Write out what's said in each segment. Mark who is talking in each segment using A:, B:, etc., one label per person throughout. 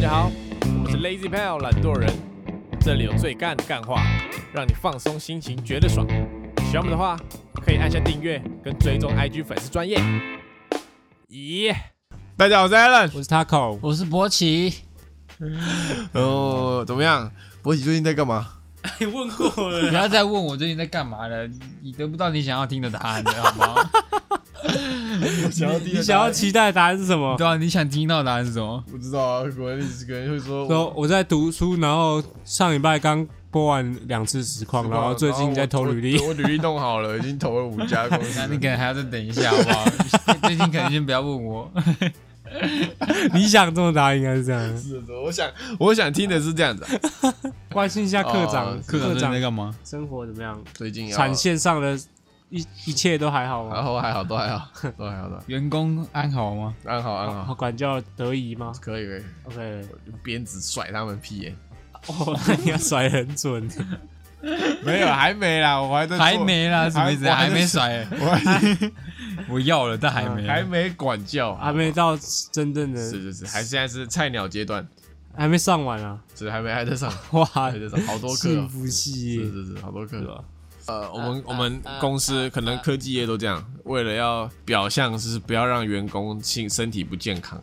A: 家好，我
B: 嗯
A: 们是 Lazy Pal 懒惰人，这里有最干的干话，让你放松心情，觉得爽。喜欢我们的话，可以按下订阅跟追踪 IG 粉丝专业。咦、大家好，我是 Alan。
B: 我是 Taco，
C: 我是博奇，
A: 哦，怎么样？博喜最近在干嘛？
B: 你问过
C: 不
B: 了，
C: 要再问我最近在干嘛了，你得不到你想要听的答案的好吗？
D: 想要第一
B: 你
D: 个
B: 想
D: 答
B: 要
D: 案
B: 期待的答案是什么？
C: 对啊，你想听到的答案是什么？
D: 不知道啊，果然你可能会 说
B: 说
D: 我
B: 我在读书，然后上礼拜刚播完两次实况，然后最近在投履历
D: 我，我我履历弄好了，已经投了五家公司
C: 那
D: 了。
C: 你可能还要再等一下，好不 好？最近可能先不要问我。
B: 理想中的答案应该是这样。
D: 是的，我想
A: 我想听的是这样子、啊，
B: 关心一下课长
D: 哦，
C: 科长
B: 课
C: 最近
B: 长
C: 在干嘛？
B: 生活怎么样？
D: 最近要
B: 产，线上的一一切都还好
D: 然
B: 吗？
D: 后还好，都还好，都还好的，
C: 员工安好吗？
D: 安好安好，
B: 管教得宜吗
D: 可以可以，
B: ？OK，
D: 我就鞭子甩他们屁眼，
B: 哦，那你要甩得 很准，
D: 没有还没啦，我还在
C: 还，没啦，什么意思？
D: 还
C: 还没甩、
D: 我还
C: 我要了，但还没。
D: 还没管教，
B: 还没到真正
D: 啊是
B: 的，
D: 是是，还现在是菜鸟阶段，
B: 还没上完啊！
D: 是还没还在上，
B: 哇
D: 还，在上，好多课
B: 幸
D: 哦，
B: 福系
D: 是
B: 耶，
D: 是是，好多课
B: 是。吧？
D: 呃，我们我们公司可能科技业都这样，为了要表象是不要让员工性身体不健康，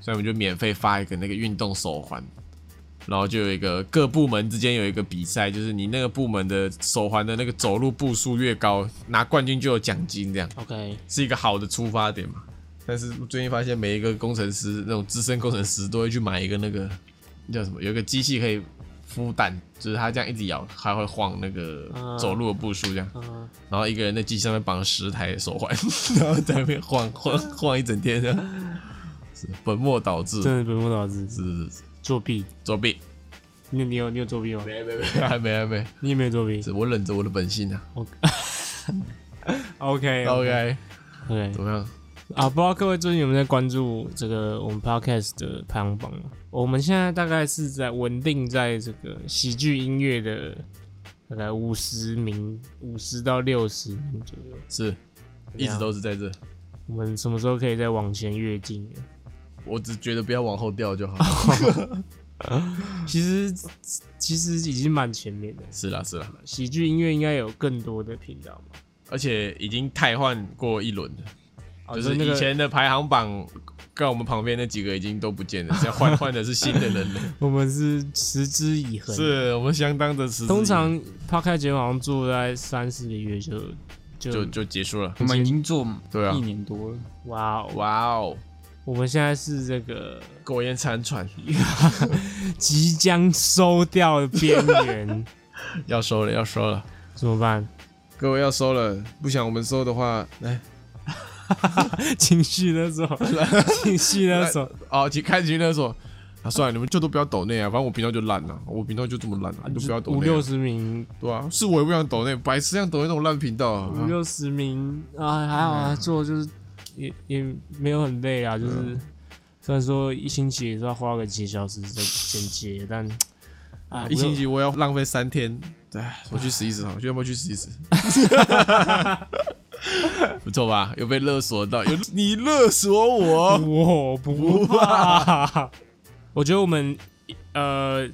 D: 所以我们就免费发一个那个运动手环，然后就有一个各部门之间有一个比赛，就是你那个部门的手环的那个走路步数越高，拿冠军就有奖金，这样
B: OK，
D: 是一个好的出发点嘛。但是最近发现每一个工程师那种资深工程师都会去买一个那个那叫什么，有一个机器可以孵蛋，就是它这样一直摇，它会晃那个
B: 嗯
D: 走路的步数这样。
B: 嗯，
D: 然后一个人的机器上面绑了十台手环， 然后在那边晃 晃晃一整天这样，是本末倒置，
B: 真的本末倒置，
D: 是是是，
B: 作弊。
D: 作弊，
B: 你你有你有作弊吗？
D: 没没没， 还没还没，
B: 你也没有作弊。
D: 是我忍着我的本性啊。
B: OK
D: OK，
B: OK
D: 怎么样？
B: 啊，不知道各位最近有没有在关注这个我们 Podcast 的排行榜？哦我们现在大概是在稳定在这个喜剧音乐的大概五十名，五十到六十名左右。
D: 是，一直都是在这，
B: 我们什么时候可以再往前跃进呢？
D: 我只觉得不要往后掉就好。
B: 其实其实已经蛮前面的，
D: 是啦是啦，
B: 喜剧音乐应该有更多的频道嘛。
D: 而且已经汰换过一轮了，
B: 哦
D: 就是
B: 你说
D: 以
B: 那个
D: 前的排行榜。跟我们旁边那几个已经都不见 了，现在换换的是新的人了。
B: 我们是持之以恒，
D: 是我们相当的实，
B: 通常 Podcast 节目好像做大概三四个月就就
D: 就就结束了。
C: 我们已经做
D: 对啊
C: 一年多了，
B: 哇哦！
D: 哇哦，
B: 我们现在是这个
D: 苟延残喘，
B: 即将收掉的边 缘，
D: 要收了，要收了，
B: 怎 么办？
D: 各位要收了，不想我们收的话，哎来，
B: 情绪 勒索，情绪勒索，
D: 哦，请开局勒索。啊，算了，你们就都不要抖内啊，反正我频道就烂了、我频道就这么烂了、你就不要抖内、啊
B: 五六，十名，
D: 对啊，是我也不想抖内，白痴想抖内那种烂频道、啊。
B: 五六十名啊，还好
D: 哎
B: 啊，做就是也也没有很累
D: 嗯
B: 啊，就是虽然说一星期也是要花个几小时在剪接，但啊，
D: 一星期我要浪费三天，哎，我去死一死好了，去要不要去死一死？ 不错吧？有被勒索到，有你勒索我，
B: 我不怕。 我觉得我们呃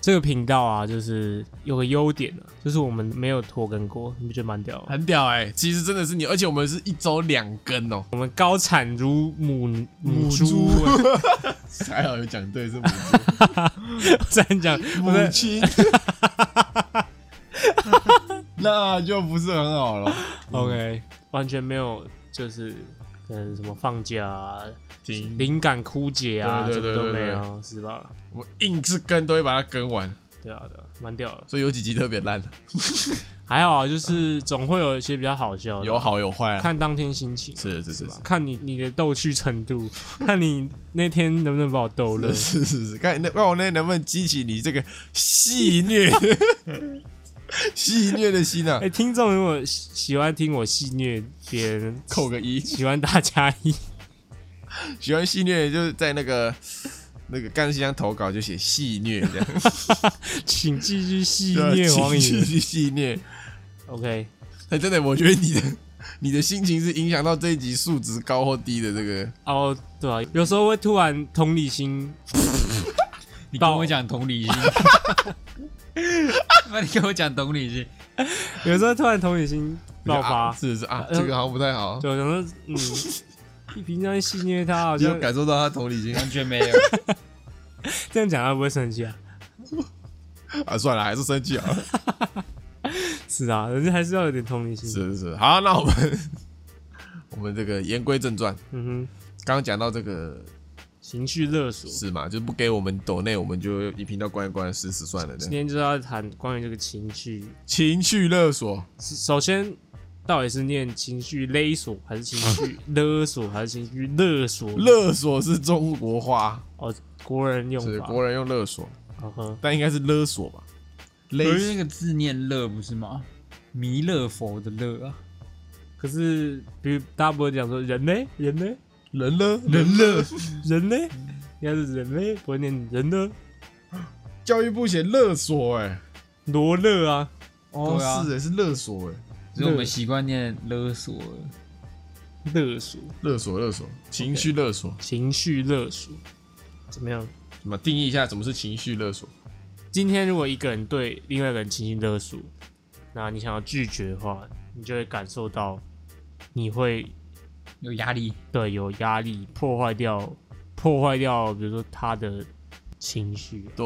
B: 这个频道啊，就是有个优点啊，就是我们没有拖更过，你不觉得蛮屌的？
D: 很屌哎、其实真的是你，而且我们是一周两更哦、
B: 我们高产如母母猪，
D: 还好有讲对，是母猪
B: 我这样讲，我
D: 母
B: 在
D: 亲， 那就不是很好了。
B: OK，完全没有就是可能什么放假、啊、
D: 停，
B: 灵感枯竭啊，
D: 嗯对
B: 什
D: 对
B: 么
D: 对
B: 都没
D: 对
B: 有，是吧？
D: 我硬是跟都会把它跟完，
B: 对啊，对啊，蛮屌的。
D: 所以有几集特别烂，
B: 还好啊，就是总会有一些比较好笑的，
D: 有好有坏啊。
B: 看当天心情，
D: 是是是
B: 吧？看你你的逗趣程度， 看你那天能不能把我逗乐
D: 是。是是是，看那看我那能不能激起你这个戏 虐戏虐的心啊
B: 哎、！听众如果喜喜欢听我戏虐别人，
D: 扣个一，
B: 喜欢大家一，
D: 喜欢戏虐的就是在那个那个干信箱投稿就写戏虐这样，
B: 请继续戏虐王
D: 啊继
B: 颖。
D: 续戏虐。
B: OK，
D: 哎，真的，我觉得你的你的心情是影响到这一集数值高或低的这个。
B: 哦，对啊，有时候会突然同理心
C: 你跟
B: 到
C: 我讲同理心， 那你跟我讲同理心，
B: 有时候突然同理心
D: 我觉
B: 爆
D: 得啊
B: 发，
D: 是是啊，
B: 呃
D: 这个好像不太好，
B: 对，我想说，嗯， 你平常戏虐他，好
D: 你有
B: 像
D: 感受到他同理心
C: 完全没有。
B: 这样讲他不会生气啊？
D: 啊？算了，还是生气好了。
B: 是啊，人家还是要有点同理心。
D: 是是是，好，那我们 我们这个言归正传，
B: 嗯
D: 刚刚讲到这个
B: 哼，情绪勒索。
D: 是嘛，就是不给我们抖内，我们就一频道关一关，试试算了。这
B: 今
D: 样
B: 天就是要谈关于这个情绪，
D: 情绪勒索，
B: 是首先到底是念情绪勒索，还是情绪勒索，还是情绪勒索？
D: 勒索是中国话，
B: 哦，国人用
D: 是
B: 法。嗯
D: 国人用勒索，
B: 呵呵，
D: 但应该是勒索吧？勒
C: 可是那个字念乐不是吗？弥勒佛的乐啊，
B: 可是，比如大家不会讲说人呢？人呢？
D: 人勒人勒，
B: 人呢？应该是人呢，不会念人呢？
D: 教育部写勒索，哎，
B: 罗勒啊，
D: 哦
C: 对啊
D: 是哎是勒索哎，
C: 只是我们习惯念勒索了。
B: 勒索，
D: 勒索勒索，情绪勒索，
B: 情绪勒索，怎么样？
D: 什么定义一下什么是情绪勒索？
B: 今天如果一个人对另外一个人情绪勒索，那你想要拒绝的话，你就会感受到你会
C: 有压力，
B: 对有压力，破坏掉破坏掉，比如说他的情绪，
D: 对，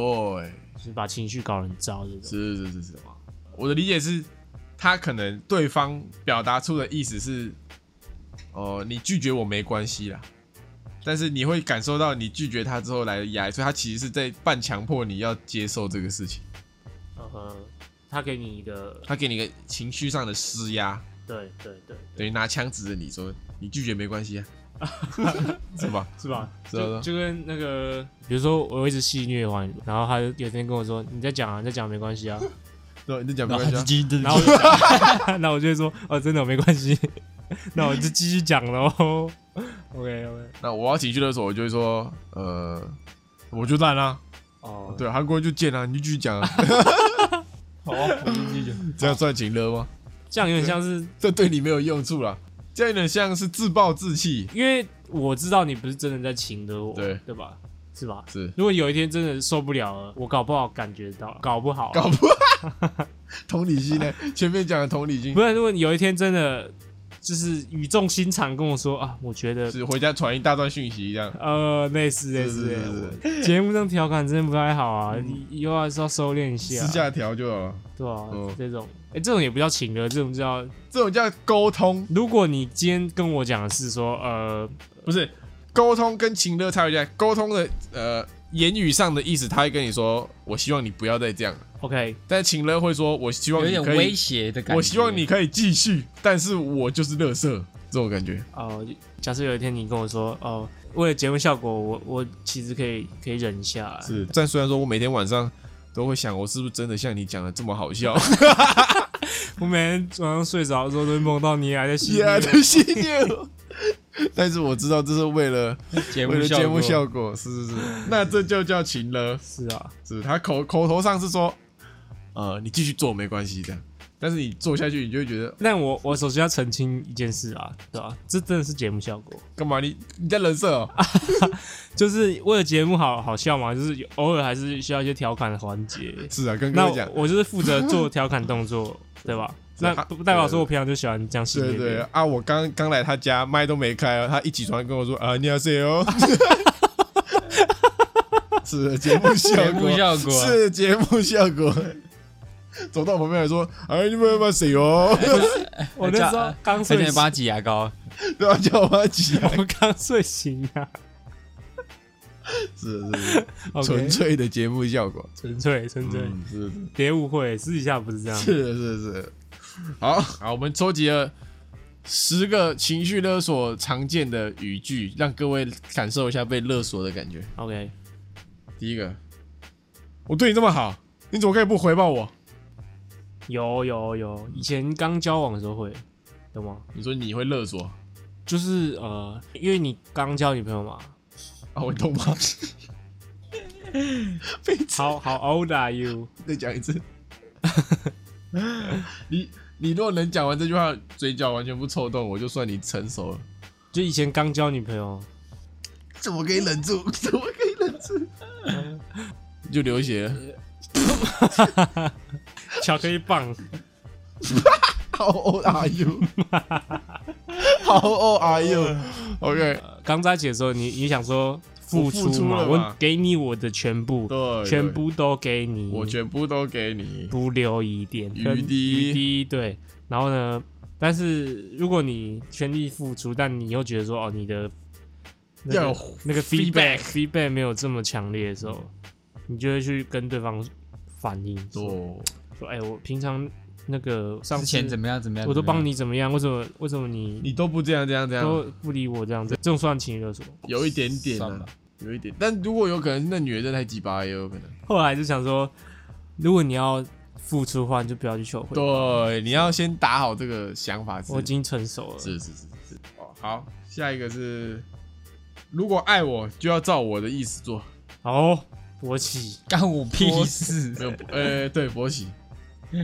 B: 就是把情绪搞得很糟这种。
D: 是是是是，哇我的理解是，他可能对方表达出的意思是，哦、你拒绝我没关系啦，但是你会感受到你拒绝他之后来的压力，所以他其实是在半强迫你要接受这个事情，
B: 嗯哼，他给你一个
D: 他给你一个情绪上的施压，
B: 对对对，
D: 等于拿枪指着你说你拒绝没关系啊， 是吧？
B: 是吧？
D: 是啊是啊
B: 就就跟那个，比如说我一直戏虐完，然后他有一天跟我说：“你再讲啊，你再讲没关 系啊。
D: 对，你讲没关
C: 然后
D: 系、
C: 他
D: 啊，
C: 继续，
B: 然后我就讲那我就会 说：“哦，真的没关系。” 那我就继续讲喽。OK OK，
D: 那我要情绪勒索，我就会说，呃，我就烂啦、啊
B: 哦，
D: 对，韩国人就贱啊，你就继续讲啊，
C: 好，我们继续讲。
D: 这样算情勒吗？
B: 这样有点像是，
D: 这对你没有用处啦，这样有点像是自暴自弃。
B: 因为我知道你不是真的在请的我，
D: 对
B: 对吧？是吧？
D: 是
B: 如果有一天真的受不了了，我搞不好感觉到，搞不好，
D: 搞不好 同理心呢？前面讲的同理心
B: 不，然如果有一天真的就是语重心长跟我说啊，我觉得
D: 是回家传一大段讯息这样。
B: 呃，类似类
D: 是
B: 似，
D: 是
B: 我
D: 是，
B: 节目上调侃真的不太好啊，以后还是要收敛一下
D: 嗯
B: 啊
C: 啊
D: 私，下调就好了。
B: 对啊
D: 嗯，
B: 这种，哎，这种也不叫请了，这种叫，
D: 这种叫沟通，
B: 如果你今天跟我讲的是说，呃，
D: 不是沟通跟情勒差别在沟通的呃言语上的意思，他会跟你说，我希望你不要再这样了。
B: ，OK，
D: 但情勒会说，我希望
C: 有
D: 你
C: 点
D: 可
C: 威
D: 以，
C: 胁的感觉。
D: 我希望你可以继续，但是我就是乐色这种感觉。
B: 哦、假设有一天你跟我说，哦、为了节目效果，我我其实可以可以忍一下，啊
D: 是，但虽然说我每天晚上都会想，我是不是真的像你讲的这么好 笑？
B: 我每天晚上睡着的时候都会梦到你还 在洗
D: 也爱的犀牛。但是我知道这是为了
C: 节
D: 为
C: 目
D: 了节目
C: 效
D: 效果，是是是，那这就叫情了。
B: 是啊，
D: 是他口口头上是说，呃，你继续做没关系的，但是你做下去，你就会觉得
B: 但我我首先要澄清一件事啊，对吧、这真的是节目效果，
D: 干嘛你你在人设、哦？
B: 就是为了节目好好笑嘛，就是有偶尔还是需要一些调侃的环节。
D: 是啊，跟各
B: 那
D: 位讲
B: 我，我就是负责做调侃 动作，对吧？
D: 是
B: 那
D: 他
B: 不代表说我平常就喜欢这样戏
D: 对
B: 虐别
D: 对
B: 人。
D: 啊，我刚刚来他家，麦都没开啊，他一起床跟我说啊，你好谁哦？ 是的节目效果，
C: 节目效果
D: 是节目效果。走到我旁边来说，哎，你们要不要谁哦？
B: 我那时候
C: 哎
B: 刚
C: 呃而
B: 睡
C: 且
B: 醒，
C: 帮他挤牙膏，
D: 然后叫我妈起来。
B: 我刚睡醒啊。
D: 是是是，
B: OK，
D: 纯粹的节目效果。
B: 纯粹纯粹，
D: 嗯，是
B: 别误会，私底下不是这样。
D: 是是是。好，好，我们收集了十个情绪勒索常见的语句，让各位感受一下被勒索的感觉。
B: OK，
D: 第一个，我对你这么好，你怎么可以不回报我？
B: 有有有，以前刚交往的时候会，懂吗？
D: 你说你会勒 索啊？
B: 就是呃，因为你刚交女朋友嘛，
D: 啊我懂吗？ 被
B: 好好 old are you？
D: 再讲一次。 你你如果能讲完这句话，嘴角完全不抽动，我就算你成熟了。
B: 就以前刚交女朋友，
D: 怎么可以忍住？怎么可以忍住？就流血了，
B: 巧克力棒
D: How old are you? How old are you? OK，
B: 刚在一起的时候，你你想说付
D: 我付
B: 出
D: 出
B: 嘛？
D: 了嘛
B: 我给你我的全部，
D: 对
B: 全部都给你，
D: 我全部都给你。
B: 不留一点
D: 余
B: 跟
D: 地
B: 余地对。然后呢，但是如果你全力付出，但你又觉得说哦，你的那
D: 要
B: 个
D: 有
B: 那个
D: feedback
B: feedback feedback 没有这么强烈的时候，你就会去跟对方反映说
D: 哦，
B: 说，哎、我平常那个上
C: 之前怎
B: 次
C: 么样怎么样，
B: 我都帮
C: 你
B: 你怎么样，为什么为什么你
D: 你都不这样这样这
B: 都
D: 样，
B: 不理我这样子？这种算情绪勒索。
D: 有一点点
C: 算
D: 啊
C: 吧，
D: 有一点。但如果有可能，那女的真的太鸡巴也有可能。
B: 后来就想说，如果你要付出的话，你就不要去求悔。
D: 对，你要先打好这个想法是。
B: 我已经成熟了，
D: 是是是是是。哦，好，下一个是，如果爱我就要照我的意思做。
B: 好，勃起。
C: 干我屁事，
D: 没有，呃，对，博喜，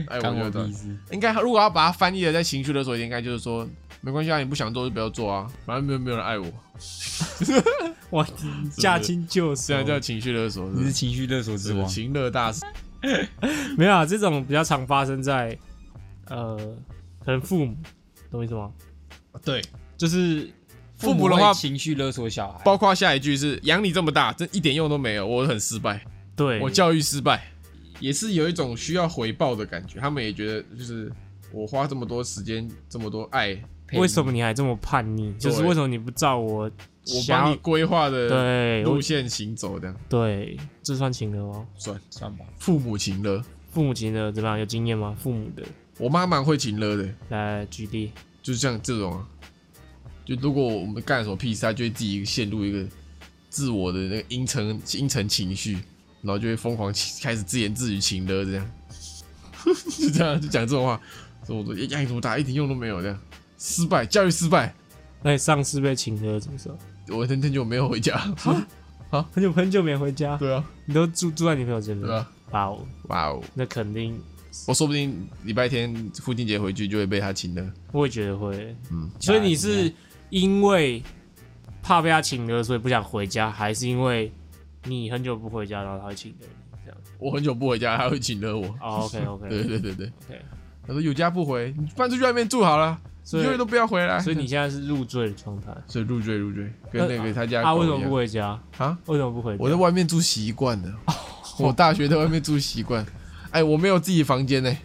D: 爱
C: 干
D: 我
C: 我
D: 就要
C: 屁
D: 照。
C: 事，
D: 应该如果要把它翻译的再情绪勒索一点，应该就是说，没关系啊，你不想做就不要做啊，反正没有没有人爱我，
B: 哇，驾轻就熟
D: 这。样叫情绪勒索是不
C: 你是
D: 是。
C: 情绪勒索之王，
D: 情乐大师，
B: 没有啊，这种比较常发生在呃，可能父母，懂我意思吗？
D: 对，
B: 就是
D: 父母的话
C: 会情绪勒索小孩，
D: 包括下一句是养你这么大，真一点用都没有，我很失败，
B: 对
D: 我教育失败，也是有一种需要回报的感觉。他们也觉得就是我花这么多时间，这么多爱，
C: 陪你
B: 为什么你还这么叛逆？就是为什么你不照我
D: 我
B: 想
D: 帮
B: 要
D: 你？呃规划的
B: 对，
D: 路
B: 我
D: 线行走，这样
B: 对，这算情勒吗？
D: 算
C: 算吧？
D: 父母情勒。
B: 父母情勒怎么样？有经验吗？父母的，
D: 我妈蛮会情勒的，
B: 来举例。
D: 就是像这种啊，就如果我们干了什么屁事，他就会自己陷入一个自我的那个阴沉阴沉情绪，然后就会疯狂起开始自言自语情的这样， 就这样就讲这种话，说我说压力多大，一点用都没有这样，失败，教育失败，
B: 那你上次被情勒怎么说？
D: 我很很久没有回家，
B: 很久很久没回家，
D: 对啊，
B: 你都住住在女朋友这
D: 对
B: 边，
D: 啊，
B: 哇哦，
D: 哇哦，
B: 那肯定
D: 我说不定礼拜天父亲节回去就会被他情的，
B: 我也觉得会。
D: 嗯，
B: 所以你是因为怕被他请了，所以不想回家，还是因为你很久不回家，然后他会请了你这样？
D: 我很久不回家，他会请的我，
B: 哦，OK
D: 对
B: OK
D: 对对对，
B: OK，
D: 他说有家不回，你搬出去外面住好了。
B: 所
D: 永远都
B: 以
D: 不要回来。
B: 所以你现在是入赘的状态。
D: 所以入赘入赘，跟那个他家
B: 啊，
D: 狗
B: 为
D: 一
B: 什
D: 样
B: 么不回哦家？
D: 啊？
B: 为什么不回家？
D: 我在外面住习惯了，我大学在外面住习惯。哎，我没有自己房间呢。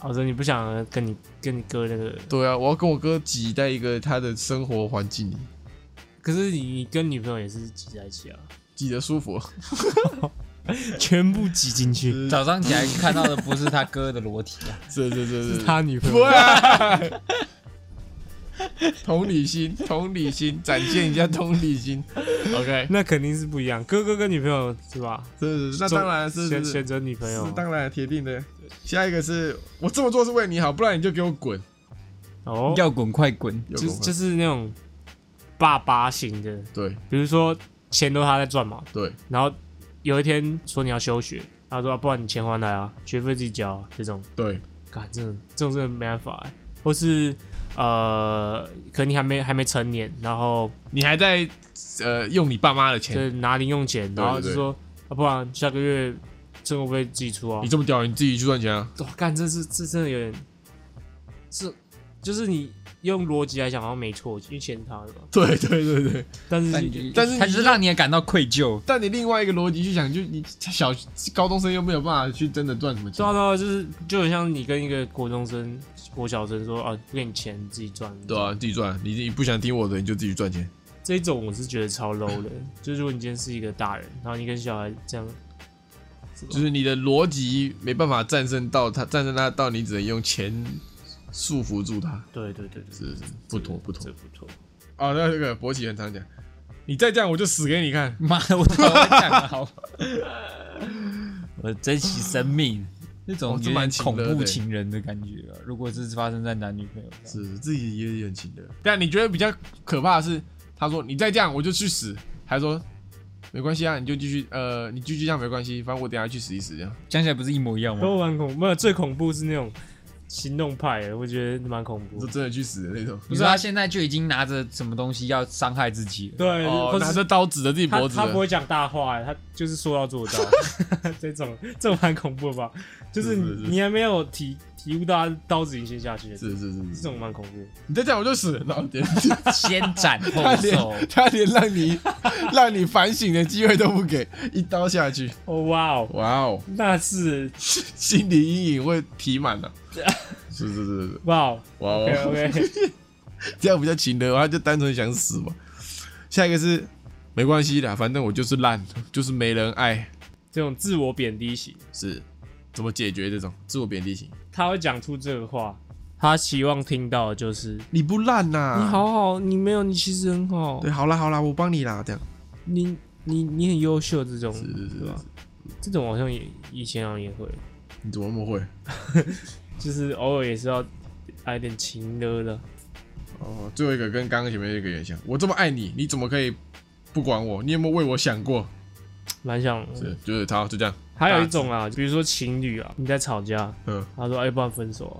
B: 哦，所以你不想跟你跟你哥那个，
D: 对啊，我要跟我哥挤在一个他的生活环境里，
B: 可是你你跟女朋友也是挤在 一起啊，
D: 挤得舒服。
B: 全部挤进去，
D: 是
C: 早上起来看到的不是他哥的裸体啊，
D: 是是是是，
B: 他女朋友
D: 哇！同理心，同理心，展现一下同理心。OK，
B: 那肯定是不一样，哥哥跟女朋友是吧？
D: 是是是，那当然是
B: 选
D: 是是
B: 选择女朋友
D: 是，当然铁定的。下一个是我这么做是为你好，不然你就给我滚。
B: 哦，
C: 要滚快滚，
D: 有
B: 就
D: 够吗
B: 就是那种爸爸型的，
D: 对
B: 比如说钱都他在赚嘛，
D: 对，
B: 然后有一天说你要休学，他说、啊不然你钱还来啊，学费自己交、啊、这种，
D: 对，
B: 干这种这种真的没办法、欸，或是呃，可能你还没还没成年，然后
D: 你还在呃用你爸妈的
B: 就
D: 钱，
B: 是拿零用钱，
D: 对
B: 然后
D: 对
B: 就
D: 对
B: 说啊不然下个月生活费自己出啊
D: 你，这么屌，你自己去赚钱啊？
B: 哇干这是这真的有点，这就是你用逻辑来讲好像没错，因为钱他的嘛，
D: 对对对对，
B: 但是
C: 但你
D: 但是你
C: 他就是让你也感到愧疚，
D: 但你另外一个逻辑去想，就你小高中生又没有办法去真的赚什么
B: 对
D: 钱
B: 啊，，对啊，就是就很像你跟一个国中生、国小生说啊，不给你钱你自己赚。
D: 对啊，自己赚，你你不想听我的，你就自己去赚钱。
B: 这一种我是觉得超 low 的。就是如果你今天是一个大人，然后你跟小孩这样，
D: 就是啊你的逻辑没办法战胜到他，战胜他到你只能用钱束缚住他，
B: 对对对对，
D: 是是不妥不妥
B: 这不妥。
D: 啊。那这个博奇很常讲，你再这样我就死给你看。
C: 妈的，我早就讲了，啊好吧， 我珍惜生命，那种
D: 哦这
C: 有
D: 蛮
C: 点
D: 情
C: 恐
D: 勒的
C: 怖
D: 欸
C: 情人的感觉啊。如果是发生在男女朋友上，
D: 是自己也有点情的。但你觉得比较可怕的是，他说你再这样我就去死，还说没关系啊，你就继续呃，你继续这样没关系，反正我等一下去死一死这样。哦
C: 讲起来不是一模一样吗？
B: 都蛮恐怖，没有最恐怖是那种行动派的，我觉得蛮恐怖
D: 就。真的去死的那种。
C: 不是他现在就已经拿着什么东西要伤害自己了，
B: 对，
D: 哦
B: 或，
D: 拿
B: 者
D: 着刀指着自己
B: 他
D: 脖子
B: 他不
D: 的，
B: 会讲大话，欸他就是说到做到， 这种这种蛮恐怖的吧？就是
D: 是是
B: 你
D: 是
B: 你还没有体体悟到他刀子已经先下去了，
D: 是是是
B: 这
D: 是，
B: 种蛮恐怖的。
D: 你再这样我就死了，然后点。
C: 先斩
D: 他
C: 后奏。
B: 哦
D: 连他连让你让你反省的机会都不给，一刀下去，
B: 哦哇哦，
D: 哇哦，
B: 那是
D: 心理阴影会提满 了、是是是是，
B: 哇哦
D: 哇哦
B: ，OK OK，
D: 这样比较勤的，他就单纯想死嘛。下一个是没关系的，反正我就是烂，就是没人爱，
B: 这种自我贬低型，
D: 是怎么解决这种自我贬低型？
B: 他会讲出这个话，他期望听到的就是
D: 你不烂呐、
B: 你，好好，你没有，你其实很好
D: 啊对，，好啦好啦，我帮你啦，这样
B: 你你你很优秀，这种
D: 是是是
B: 对吧
D: 是？
B: 这种好像也以前好像也会，
D: 你怎么那么会？
B: 就是偶尔也是要来点情的的。
D: 哦，最后一个跟刚刚前面那个有点像，我这么爱你，你怎么可以不管我？你有没有为我想过？
B: 蛮想。
D: 是，就是他就这样，
B: 还有一种啊，比如说情侣啊，你在吵架，
D: 嗯，
B: 他说：“哎，不然分手啊。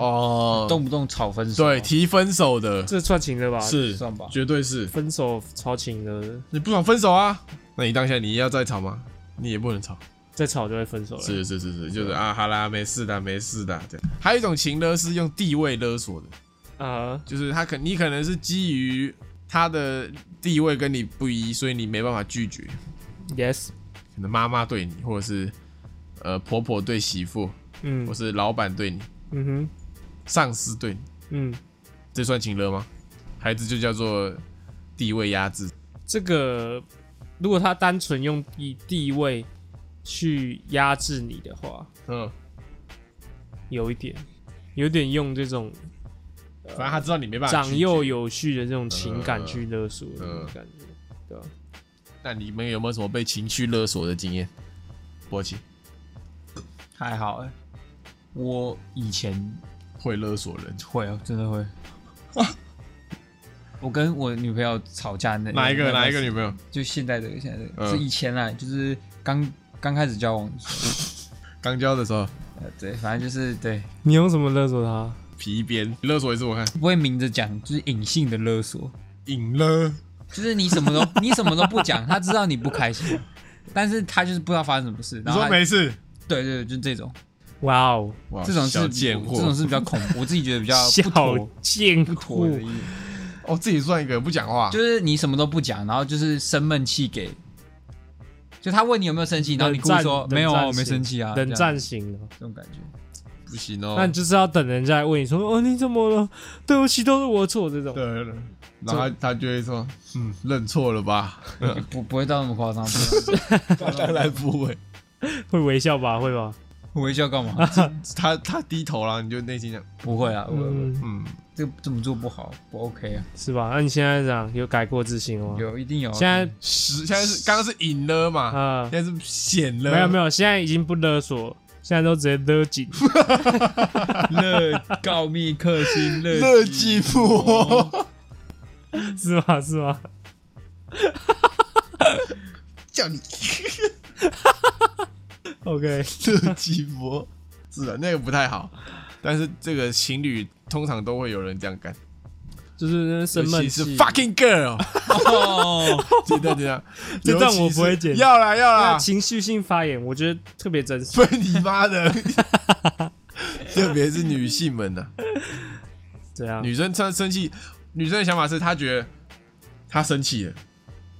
D: 哦
C: 动不动吵分手，啊
D: 对，提分手”的，
B: 这算情的吧？
D: 是
C: 算吧
D: 绝对是。
B: 分手吵情的，
D: 你不爽分手啊？那你当下你要再吵吗？你也不能吵。
B: 再吵就会分手了。
D: 是是是是，就是啊，好啦，没事的，没事的。这样，还有一种情勒是用地位勒索的，
B: 啊，
D: 就是他可你可能是基于他的地位跟你不一，所以你没办法拒绝。
B: yes，
D: 可能妈妈对你，或者是呃婆婆对媳妇，
B: 嗯
D: 或是老板对你，
B: 嗯哼，
D: 上司对你，
B: 嗯，
D: 这算情勒吗？孩子就叫做地位压制。
B: 这个如果他单纯用以地位去压制你的话，
D: 嗯，
B: 有一点，有点用这种
D: 反正他知道你没办法拒
B: 长
D: 绝
B: 幼有序的这种情感去勒索的那种
C: 嗯
B: 感觉，对吧？
D: 那你们有没有什么被情绪勒索的经验？波奇
C: 还好哎、我以前
D: 会勒索 人，
C: 会哦，真的 会。我跟我女朋友吵架那
D: 哪一个
C: 那
D: 哪一个女朋友？
C: 就现在这个现在这
D: 嗯
C: 个是以前啊，就是刚刚开始交往的时候，
D: 刚交的时候
C: 呃，对，反正就是对，
B: 你用什么勒索他？
D: 皮鞭勒索一次，我看
C: 不会明着讲，就是隐性的勒索，
D: 引勒，
C: 就是你什么都你什么都不讲，他知道你不开心，但是他就是不知道发生什么事，
D: 你
C: 然后
D: 说
C: 他
D: 没事，
C: 对对对，就这种，
B: 哇哦，
D: 哇
C: 这种
D: 小
C: 是
D: 贱货，
C: 这种是比较恐怖，我自己觉得比 较不
B: 小
C: 妥
B: 贱
C: 不妥
B: 货
C: 的意思，
D: 哦，自己算一个不讲话，
C: 就是你什么都不讲，然后就是生闷气给，就他问你有没有生气，然后你
B: 冷
C: 故
B: 战
C: 意说
B: 冷
C: 没有啊，
B: 战
C: 我没
B: 型
C: 生气啊，
B: 冷
C: 这样
B: 战型的，
C: 这种感觉，
D: 不行哦。
B: 那你就是要等人家来问你说：“哦，你怎么了？对不起，都是我错。”这种
D: 对，然后他他就会说，嗯，认错了 吧？
B: 嗯
C: 不不会到那么夸张，不会到那么
D: 当然不会，
B: 会微笑吧？会吧？
C: 我微笑干嘛？
D: 他他低头了，你就内心想，
C: 不会啊，我、我
B: 嗯，
D: 嗯，
C: 这这么做不好，不 OK 啊，
B: 是吧？那你现在这样有改过自新了吗？
C: 有一定有啊，
B: 现在
D: 十现在是刚刚是引勒嘛，
B: 啊，
D: 现在是显勒，
B: 没有没有，现在已经不勒索，现在都直接 勒紧。
C: 乐告密克星乐
D: 勒基夫，
B: 是吗？是吗？
D: 叫 你
B: OK，
D: 勒基夫，是啊，那个不太好，但是这个情侣通常都会有人这样干。
B: 就是那生
D: 尤
B: 闷
D: 其是
B: 气。
D: fucking girl，
C: 哦，
D: 真的真的，
B: 这段我
D: 尤其是
B: 不会剪
D: 要啦要
B: 那
D: 啦，
B: 情绪性发言，我觉得特别真实。
D: 分你妈 的！特别是女性们呐、
B: 这样
D: 女生她生气，女生的想法是她觉得她生气了，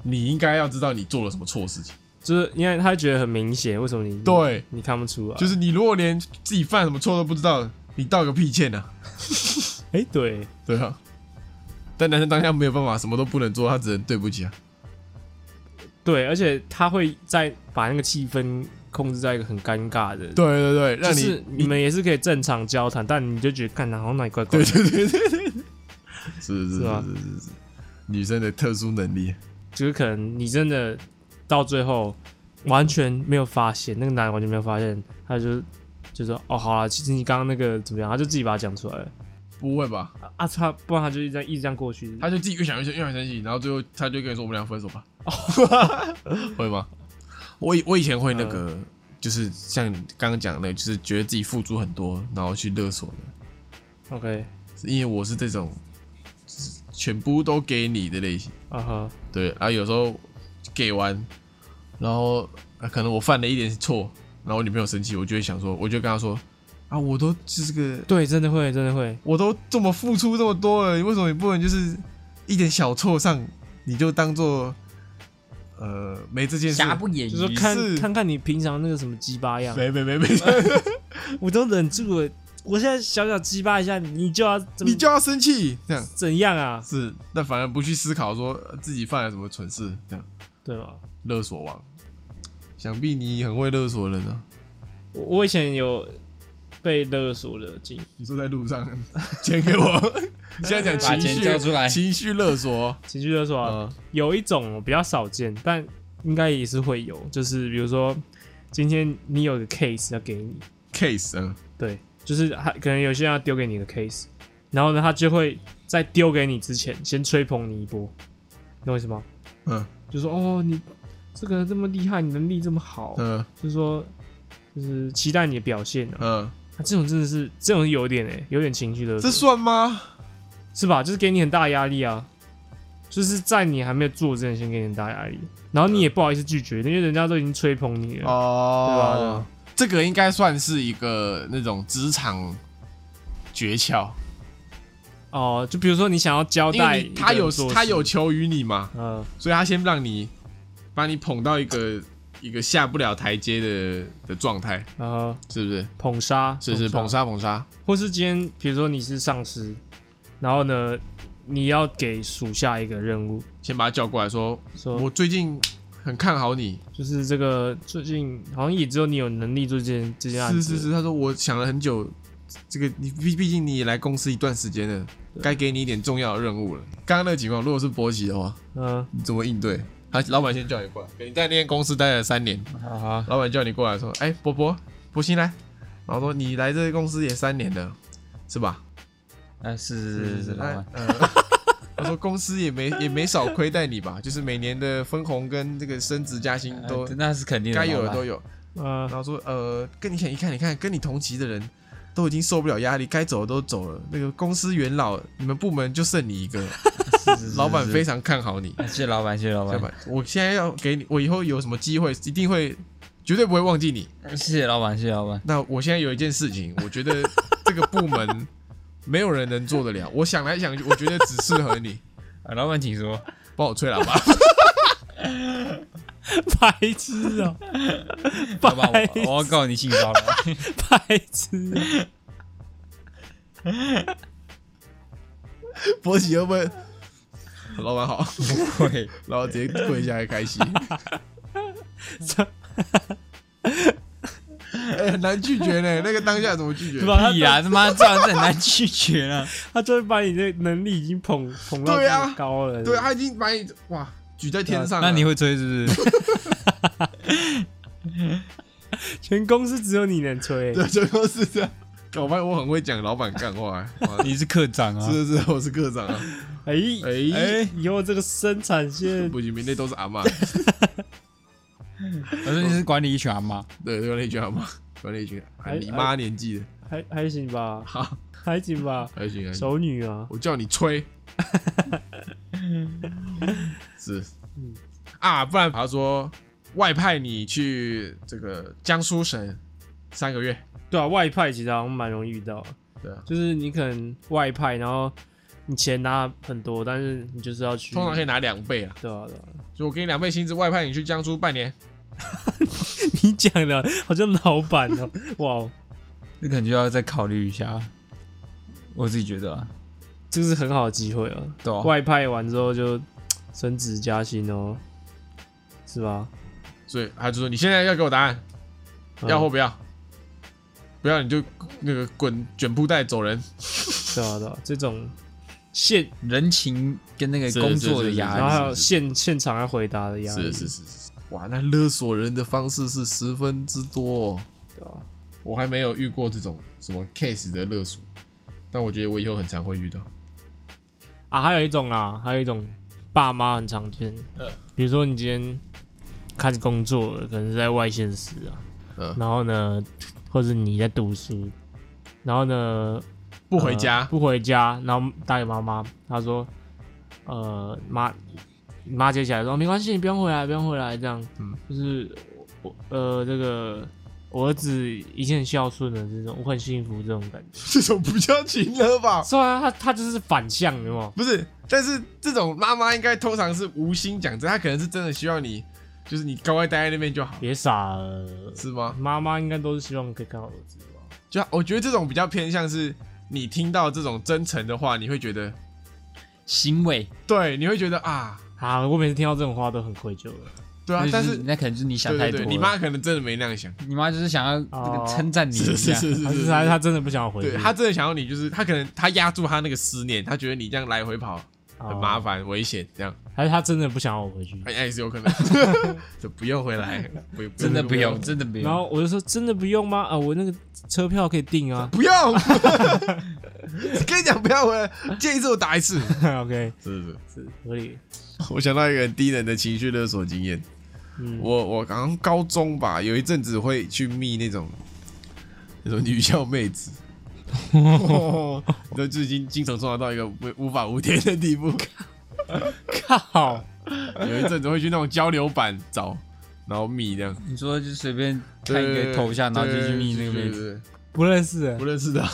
D: 你应该要知道你做了什么错事情。
B: 就是因为他觉得很明显，为什么你
D: 对，
B: 你看不出来？
D: 就是你如果连自己犯什么错都不知道，你道个屁歉呐、
B: 哎，对，
D: 对啊。但男生当下没有办法，什么都不能做，他只能对不起啊。
B: 对，而且他会在把那个气氛控制在一个很尴尬的，，
D: 对对对，
B: 就
D: 让你
B: 是 你们也是可以正常交谈，但你就觉得看他好像哪里怪怪
D: 对
B: 的，
D: 对对对对，是是是
B: 是吧
D: 是是是，女生的特殊能力。
B: 就是可能你真的到最后完全没有发现，那个男的完全没有发现，他就就说哦，好啦，其实你刚刚那个怎么样，他就自己把它讲出来了
D: 不会吧？
B: 啊啊，他不然他就一直这样一直这样过去，
D: 他就自己越想越生越想生气，然后最后他就跟你说我们俩分手吧。会吗？我以我以前会那个，就是像你刚刚讲的，就是觉得自己付出很多，然后去勒索的。
B: OK，
D: 是因为我是这种，就是全部都给你的类型。
B: 啊哈，
D: 对啊，有时候给完，然后、啊、可能我犯了一点错，然后我女朋友生气，我就会想说，我就跟她说，啊，我都就是个，
B: 对，真的会，真的会，
D: 我都这么付出这么多了，你为什么你不能就是一点小错上你就当做呃没这件事？
C: 瑕不掩
B: 就说
C: 瑜。
B: 看
D: 是
B: 看看你平常那个什么鸡巴 样，
D: 没没没 没，
B: 我都忍住了，我现在小小鸡巴一下，你就要怎么
D: 你就要生气这样。
B: 怎样啊？
D: 是，但反而不去思考说呃自己犯了什么蠢事，这样
B: 对吧？
D: 勒索王，想必你很会勒索人啊！
B: 我我以前有被勒索的经
D: 你说在路上钱给 我，现在
C: 把
D: 讲情
C: 钱
D: 绪
C: 交出来
D: 情绪勒索，
B: 情绪勒索啊、
D: 嗯
B: 有一种比较少见，但应该也是会有，就是比如说今天你有个 case 要给你，
D: case 嗯，
B: 对，就是他可能有些人要丢给你的 case，然后呢，他就会在丢给你之前先吹捧你一波，你懂我意思吗？
D: 嗯
B: 就说哦，你这个这么厉害，你能力这么好，
D: 嗯
C: 哦
B: 就说就是期待你的表现啊。
D: 嗯，
B: 啊这种真的是这种有点哎、有点情绪勒
D: 这
B: 索，
D: 算吗？
B: 是吧？就是给你很大的压力啊，就是在你还没有做之前先给你很大压力，然后你也不好意思拒绝，因为人家都已经吹捧你了。对啊对
D: 哦
B: 啊，
D: 这个应该算是一个那种职场诀窍，
B: 哦、就比如说你想要交
D: 因为
B: 代
D: 你他
B: 一个
D: 有
B: 人做事
D: 他有求于你嘛，
B: 呃
D: 所以他先让你把你捧到一个 一个下不了台阶的的状态，
B: 呃
D: 是不是？
B: 捧杀，
D: 是是捧杀捧杀，
B: 或是今天，比如说你是上司，然后呢，你要给属下一个任务，
D: 先把他叫过来说，
B: 说
D: 我最近很看好你，
B: 就是这个最近好像也只有你有能力做这件这件案
D: 是
B: 子，
D: 是是，他说我想了很久，这个你毕毕竟你也来公司一段时间了，该给你一点重要的任务了。刚刚那个情况，如果是博奇的话，
B: 嗯、
D: 你怎么应对？他老板先叫你过来，你在那间公司待了三年，
C: 好好，
D: 老板叫你过来说，哎，博博，博鑫来，然后说你来这个公司也三年了，是吧？
C: 哎，是是是是，老
D: 哎
C: 板，
D: 呃他说公司也没也没少亏待你吧，就是每年的分红跟这个升职加薪
C: 哎
D: 都
C: 那是肯定的，
D: 该有
C: 老
D: 的
C: 板
D: 都有。
B: 呃
D: 然，后说呃，跟你想一看，你看跟你同级的人都已经受不了压力，该走的都走了，那个公司元老，你们部门就剩你一个，
C: 是是是
D: 老板
C: 是
D: 非常看好你。
C: 哎谢谢老板，谢谢老
D: 老
C: 板，
D: 板，我现在要给你，我以后有什么机会一定会，绝对不会忘记你。
C: 谢谢老板，谢谢老板。
D: 那我现在有一件事情，我觉 得这个部门没有人能做得了，我想来想去，我觉得只适合你，
C: 啊老板，请说。
D: 帮我吹喇 叭。
B: 白痴
D: 啊
B: 哦、
C: 老板，
B: 白
C: 我我要告你性骚扰。
B: 白痴
D: 啊
B: 哦、
D: 博喜又问老板好，
C: 对，
D: 然后直接跪下来开 心，哎很难拒绝呢。那个当下怎么拒绝
B: 对？吧？
C: 必
B: 他
C: 然他妈这样子很难拒绝啊！
B: 他就会把你的能力已经捧捧到
D: 对啊
B: 这么高了，
D: 对，他已经把你哇举在天上了，
C: 那你会吹是不是？
B: 全公司只有你能吹、
D: 对，最后是这样。我发现我很会讲老板干话，哎哇
C: 你是科长啊？
D: 是是是，我是科长啊。
B: 哎
D: 哎
B: 以后这个生产线
D: 不行，明天都是阿妈。
C: 我说你是管理一群阿妈，
D: 对，对，那一群阿妈，管理一群，啊你妈年纪的，
B: 还还行吧，
D: 好，
B: 还行吧，
D: 还行还行。
B: 熟女啊，
D: 我叫你吹，是啊，不然他说外派你去这个江苏省三个月，
B: 对啊，外派其实好像蛮容易遇到的，
D: 对啊，
B: 就是你可能外派，然后你钱拿很多，但是你就是要去，
D: 通常可以拿两倍啊，
B: 对啊对啊，
D: 就我给你两倍薪资，外派你去江苏半年，
B: 你讲的好像老板 哦、哇，
C: 这可能就要再考虑一下。我自己觉得啊，
B: 这个是很好的机会啊，
C: 对啊，
B: 外派完之后就升职加薪哦、是吧？
D: 所以他就说你现在要给我答案，
B: 嗯
D: 要或不要，不要你就那个滚卷布袋走人，
B: 对啊对啊，这种现
C: 人情跟那个
D: 是
C: 工作
D: 是
C: 的
D: 是
C: 压
D: 啊
B: 然后
C: 力，
B: 还有现现场要回答的压力，
D: 是是，哇，那勒索人的方式是十分之多、哦。
B: 对啊
D: 我还没有遇过这种什么 case 的勒索，但我觉得我以后很常会遇到。
B: 啊，还有一种啊，还有一种爸妈很
D: 嗯
B: 常见，比如说你今天开始工作了，可能是在外县市啊，
D: 嗯
B: 然后呢，或者你在读书，然后呢
D: 不回家
B: 呃，不回家，然后打给妈妈，她说，呃，妈，妈接起来说没关系，你不用回来，不用回来，这样，嗯，就是我呃这个我儿子已经很孝顺了，这种我很幸福这种感觉。
D: 这种不叫情了吧？
B: 虽然他他就是反向，有没有？
D: 不是，但是这种妈妈应该通常是无心讲真，她可能是真的希望你，就是你乖乖待在那边就好，
B: 别傻了，
D: 是吗？
B: 妈妈应该都是希望可以看好儿子吧。
D: 就我觉得这种比较偏向是你听到这种真诚的话，你会觉得，
C: 欣慰。
D: 对，你会觉得啊，
B: 啊，我每次听到这种话都很愧疚了。
D: 对啊
C: 那，就
D: 但是
C: 那可能就是你想
D: 对
C: 太
D: 对
C: 多
D: 对，
C: 了。
D: 你妈可能真的没那样想，
C: 你妈就是想要那
B: 哦
C: 个称赞你一下，
B: 还是他他真的不想回去，
D: 对她真的想要你，就是她可能她压住她那个思念，她觉得你这样来回跑
B: 哦
D: 很麻，烦、危险，这样，
B: 还是他真的不想我回去。
D: 哎，也是有可 能，这不用回来，不
C: 真的不用，，真的不
B: 然
C: 用。
B: 后我就说真的不用吗？啊，我那个车票可以 订啊。
D: 不用，跟你讲不要回来，见一次我打一 次，
B: OK，
D: 是是。
B: 是合理。
D: 我想到一个很低能的情绪勒索经验。
B: 嗯
D: 我我好像高中吧，有一阵子会去密那种那种女校妹 子，都就已经精神状态到一个无无法无天的地步。
B: 靠，
D: 有一阵子会去那种交流版找，然后密这样。
C: 你说就随便看一个头像，然后就去密那个妹子，
D: 子，
B: 不认识欸
D: 不，认识的，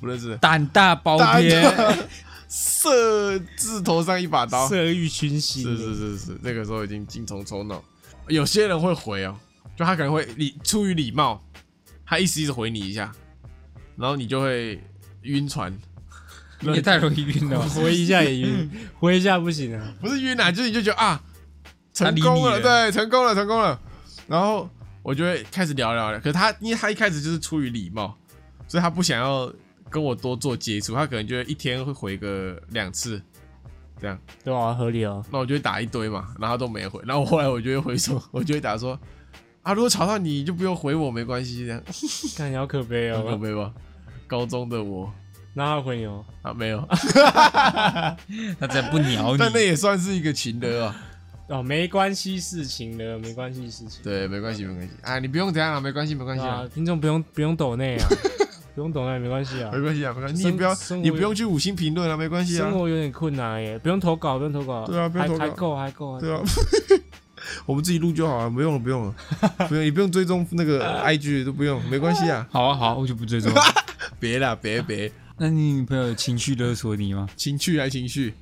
D: 不认 识的，
C: 胆大包哦天，
D: 射字头上一把刀，
B: 色欲熏心欸。
D: 是是是是，那个时候已经精虫充脑。有些人会回哦，就他可能会礼出于礼貌，他一时一直回你一下，然后你就会晕船，
C: 你也太容易晕了吧。
B: 回一下也晕，回一下不行啊。
D: 不是晕啊，就是你就觉得啊，
C: 他
D: 成
C: 理
D: 功
C: 你
D: 了，
C: 了
D: 对，成功了，成功了。然后我就会开始聊聊聊，可是他因为他一开始就是出于礼貌，所以他不想要跟我多做接触，他可能就会一天会回个两次，
B: 对啊，合理哦。
D: 那我就会打一堆嘛，然后他都没回，然后后来我就会回说， 我就会打说，啊，如果吵到你就不用回我，没关系，这样
B: 看你好可悲
D: 有
B: 哦。
D: 没有？高中的我
B: 那他回你哦。
D: 啊，没有，
C: 他才不鸟 你
D: 但。那也算是一个情的啊。
B: 哦，没关系，事情的，没关系，事情。
D: 对，没关系，没关系啊，你不用怎样了，没关系，没关系
B: 啊
D: 啊，，
B: 听众不用不用抖 内啊，不用抖内没关系啊
D: 没。关系啊，没关系，
B: 生
D: 你不要
B: 生，活
D: 你不用去五星评论啊，没关系啊
B: 生，活有点困难耶，不用投稿，不用投稿。
D: 对啊不用投稿
B: 还还够，还够。还够
D: 对啊，我们自己录就好了，不用了，不用了，不用，也不用追踪那个 IG 都不用，没关系啊，
C: 好啊，好啊，我就不追踪。
D: 别啦，别别，
C: 那你女朋友有情绪勒索你吗？
D: 情绪还情绪，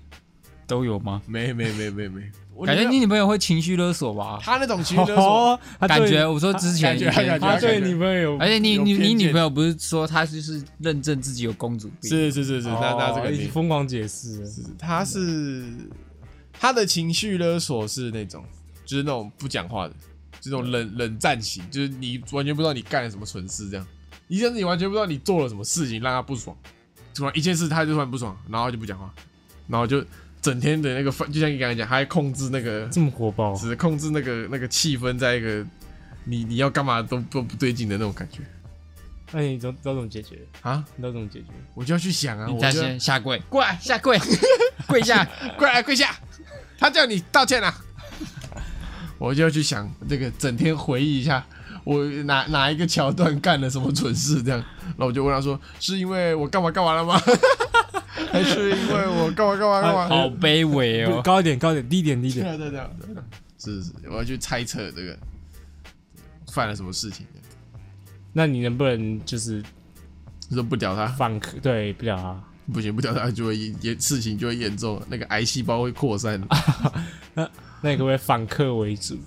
C: 都有吗？
D: 没没没没没，我
C: 感觉
D: 女
C: 你女朋友会情绪勒索吧？
D: 他那种情绪勒索，
B: 哦，他对
C: 感觉我说之前
D: 感觉感觉
B: 他
D: 感觉
B: 对女朋友有
C: 而且你
D: 有
C: 你
D: 偏
C: 你
D: 见
C: 女朋友不是说她就是认证自己有公主病？
D: 是是是是，那那这个
B: 哦
D: 你
B: 疯狂解释了，
D: 他是他的情绪勒索是那种，就是那种不讲话的，这种冷冷战型，就是你完全不知道你干了什么蠢事，这样，一下子你完全不知道你做了什么事情让他不爽，突然一件事他就突然不爽，然后就不讲话，然后就整天的那个氛，就像你刚才讲，他还控制那个，
B: 这么火爆，
D: 只是控制那个那个气氛，在一个你你要干嘛都都不对劲的那种感觉
B: 那你知道知道怎么解决？
D: 啊，
B: 你知道怎么解决？
D: 我就要去想啊，
C: 你
D: 我
C: 再
D: 就要
C: 先下跪， 过来下跪，跪下。
D: 快来跪下，他叫你道歉啊！我就去想这个，整天回忆一下我哪哪一个桥段干了什么蠢事，这样，然后我就问他说，是因为我干嘛干嘛了吗？还是因为我干嘛干嘛干嘛？
C: 好卑微
B: 不
C: 哦。
B: 高一点，高一点，低一点，低一
D: 对
B: 点。
D: 啊对啊对啊对啊，是是，我要去猜测这个犯了什么事情，
B: 那你能不能就是
D: 就是不屌他，
B: 反客对不了啊？
D: 不行不屌他就会严事情就会严重，那个癌细胞会扩散。
B: 那你可不可以反客为主？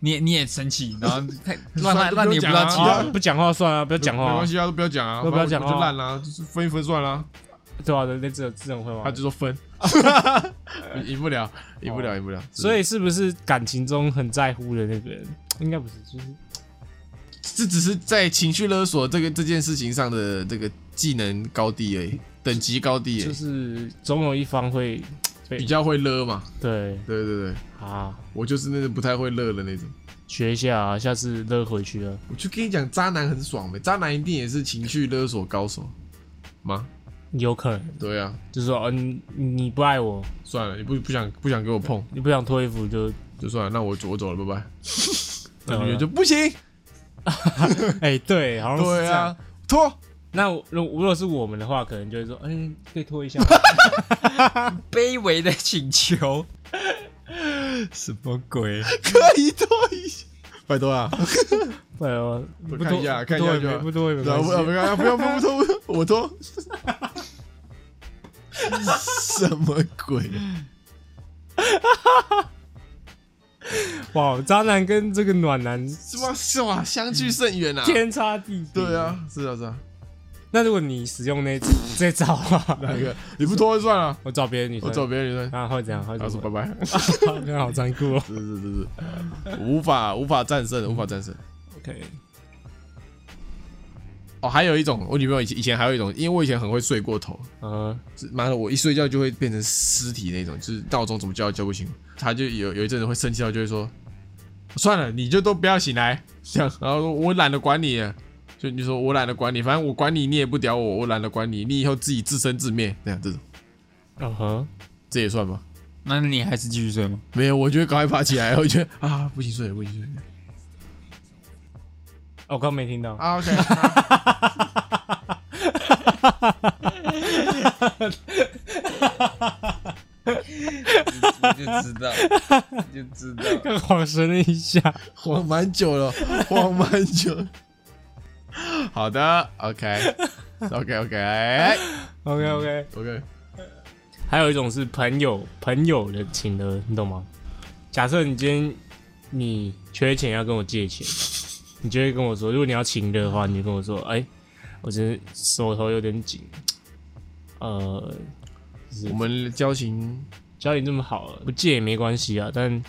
C: 你也你也生气，然后太 乱乱
D: 就
C: 乱
D: 不
C: 你也
D: 用讲
C: 不知道
D: 啊
C: 气
D: 对
B: 啊
C: 到，，
B: 不讲话算了，不要讲
D: 没
B: 话
D: 关，系啊，都不要讲啊，
B: 都不要
D: 反
B: 讲
D: 正我就
B: 话
D: 烂啦、就是分一分算啦、
B: 对啊，那这种这种会吗
D: 他？就说分， 赢不了，赢不了，赢不了。
B: 所以哦是不是感情中很在乎的那个人？应该不是，就是
D: 这只是在情绪勒索这个这件事情上的这个技能高低而已，等级高低而
B: 就
D: 已，
B: 是总有一方会
D: 比较会勒嘛。
B: 对
D: 对对对，
B: 啊，
D: 我就是那种不太会勒的那种。
B: 学一下啊，下次勒回去啊。
D: 我就跟你讲，渣男很爽呗，渣男一定也是情绪勒索高手吗？
B: 有可能
D: 对啊，
B: 就是说，哦，你你不爱我，
D: 算了，你不不想不想给我碰
B: 你不想脱衣服就
D: 就算了，那我我走了，拜拜。那
B: 啊
D: 女人就不行，
B: 哎、对，好像是这
D: 对
B: 样
D: 啊。，脱，
B: 那我如如果是我们的话，可能就会说，哎、可以拖一下吗。
C: 卑微的请求，什么鬼？
D: 可以脱一下，拜托啊，
B: 哎呦，
D: 我
B: 不
D: 看一下，看
B: 多
D: 一下
B: 不多
D: 就好
B: 也没不多也没
D: 对啊不
B: 关
D: 不
B: 系。
D: 要不要不要不脱不脱，我脱， 什么鬼？
B: 哇，渣男跟这个暖男
D: 是吧？是吧？相距甚远啊！
B: 天差地别。
D: 啊对，啊，是啊是啊，
B: 那如果你使用那 这招啊，
D: 哪一个？你不脱就算了，
B: 我找别的女生，
D: 我找别的女生，
B: 啊，会怎样？会
D: 他
B: 怎
D: 说拜
B: 样？
D: 拜，
B: 那好残酷哦。
D: 是是是是，无法无法战胜，无法战胜。
B: OK，
D: 哦，还有一种，我女朋友以前以前还有一种，因为我以前很会睡过头，
B: 嗯，
D: 是妈的，我一睡觉就会变成尸体那种，就是闹钟怎么叫也叫不醒。她就有有一阵子会生气到就会说，算了，你就都不要醒来，这样，然后说我懒得管你了，就你说我懒得管你，反正我管你你也不屌我，我懒得管你，你以后自己自生自灭，这样这种，
B: 嗯哼，
D: 这也算吗？
C: 那你还是继续睡吗？
D: 没有，我就会赶快爬起来，我觉得啊，不行睡了，不行睡了。
B: 哦我刚没听到，
D: 啊，OK，
C: 你就知道，你就知道。
B: 刚晃神了一下。
D: 晃蛮久了，晃蛮久了。 好的，OK，OK，OK，OK，哎
B: OK OK，还有一种是朋友朋友的请的，你懂吗？假设你今天你缺钱要跟我借 钱，你就会跟我说，如果你要请的话，你就跟我说，哎、我真的手头有点紧，呃，
D: 我们交情
B: 交情这么好，不借也没关系啊，但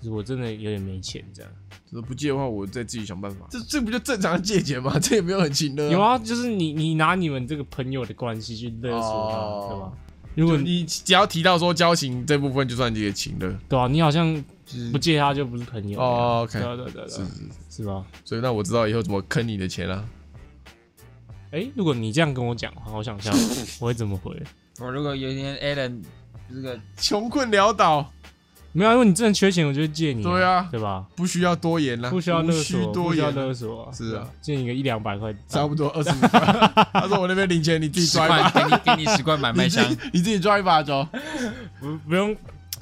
B: 就是我真的有点没钱这样。
D: 就是不借的话，我再自己想办法。这这不就正常的借钱吗？ 这也没有很勤的、
B: 有，啊，就是你你拿你们这个朋友的关系去勒索他，
D: 哦
B: 对吧？如
D: 就
B: 果
D: 你只要提到说交情这部分，就算你也勤了。
B: 对啊，你好像
D: 就是
B: 不借他就不是朋友了呀。
D: 哦，OK，
B: 对啊对啊对啊
D: 是
B: 对啊，
D: 是是。
B: 是吧？
D: 所以那我知道以后怎么坑你的钱啊了、
B: 哎、如果你这样跟我讲的话，我想一下 我会怎么回？
C: 我如果有一天 Alan 这个
D: 穷困潦倒，
B: 没有、啊，如果你真的缺钱，我就会借你、
D: 对啊
B: 对吧？
D: 不需要多言啦、啊
B: 不需要勒
D: 无需
B: 索，不
D: 多
B: 需要
D: 言啊、
B: 勒索、啊，
D: 是啊，
B: 借你个一两百块，
D: 差 不多二十五块。他说我那边零钱，你自己
C: 十
D: 抓一把
C: 块，给你给你十块买麦
D: 你自
C: 香，
D: 己你自己抓一把 走，
B: 不不用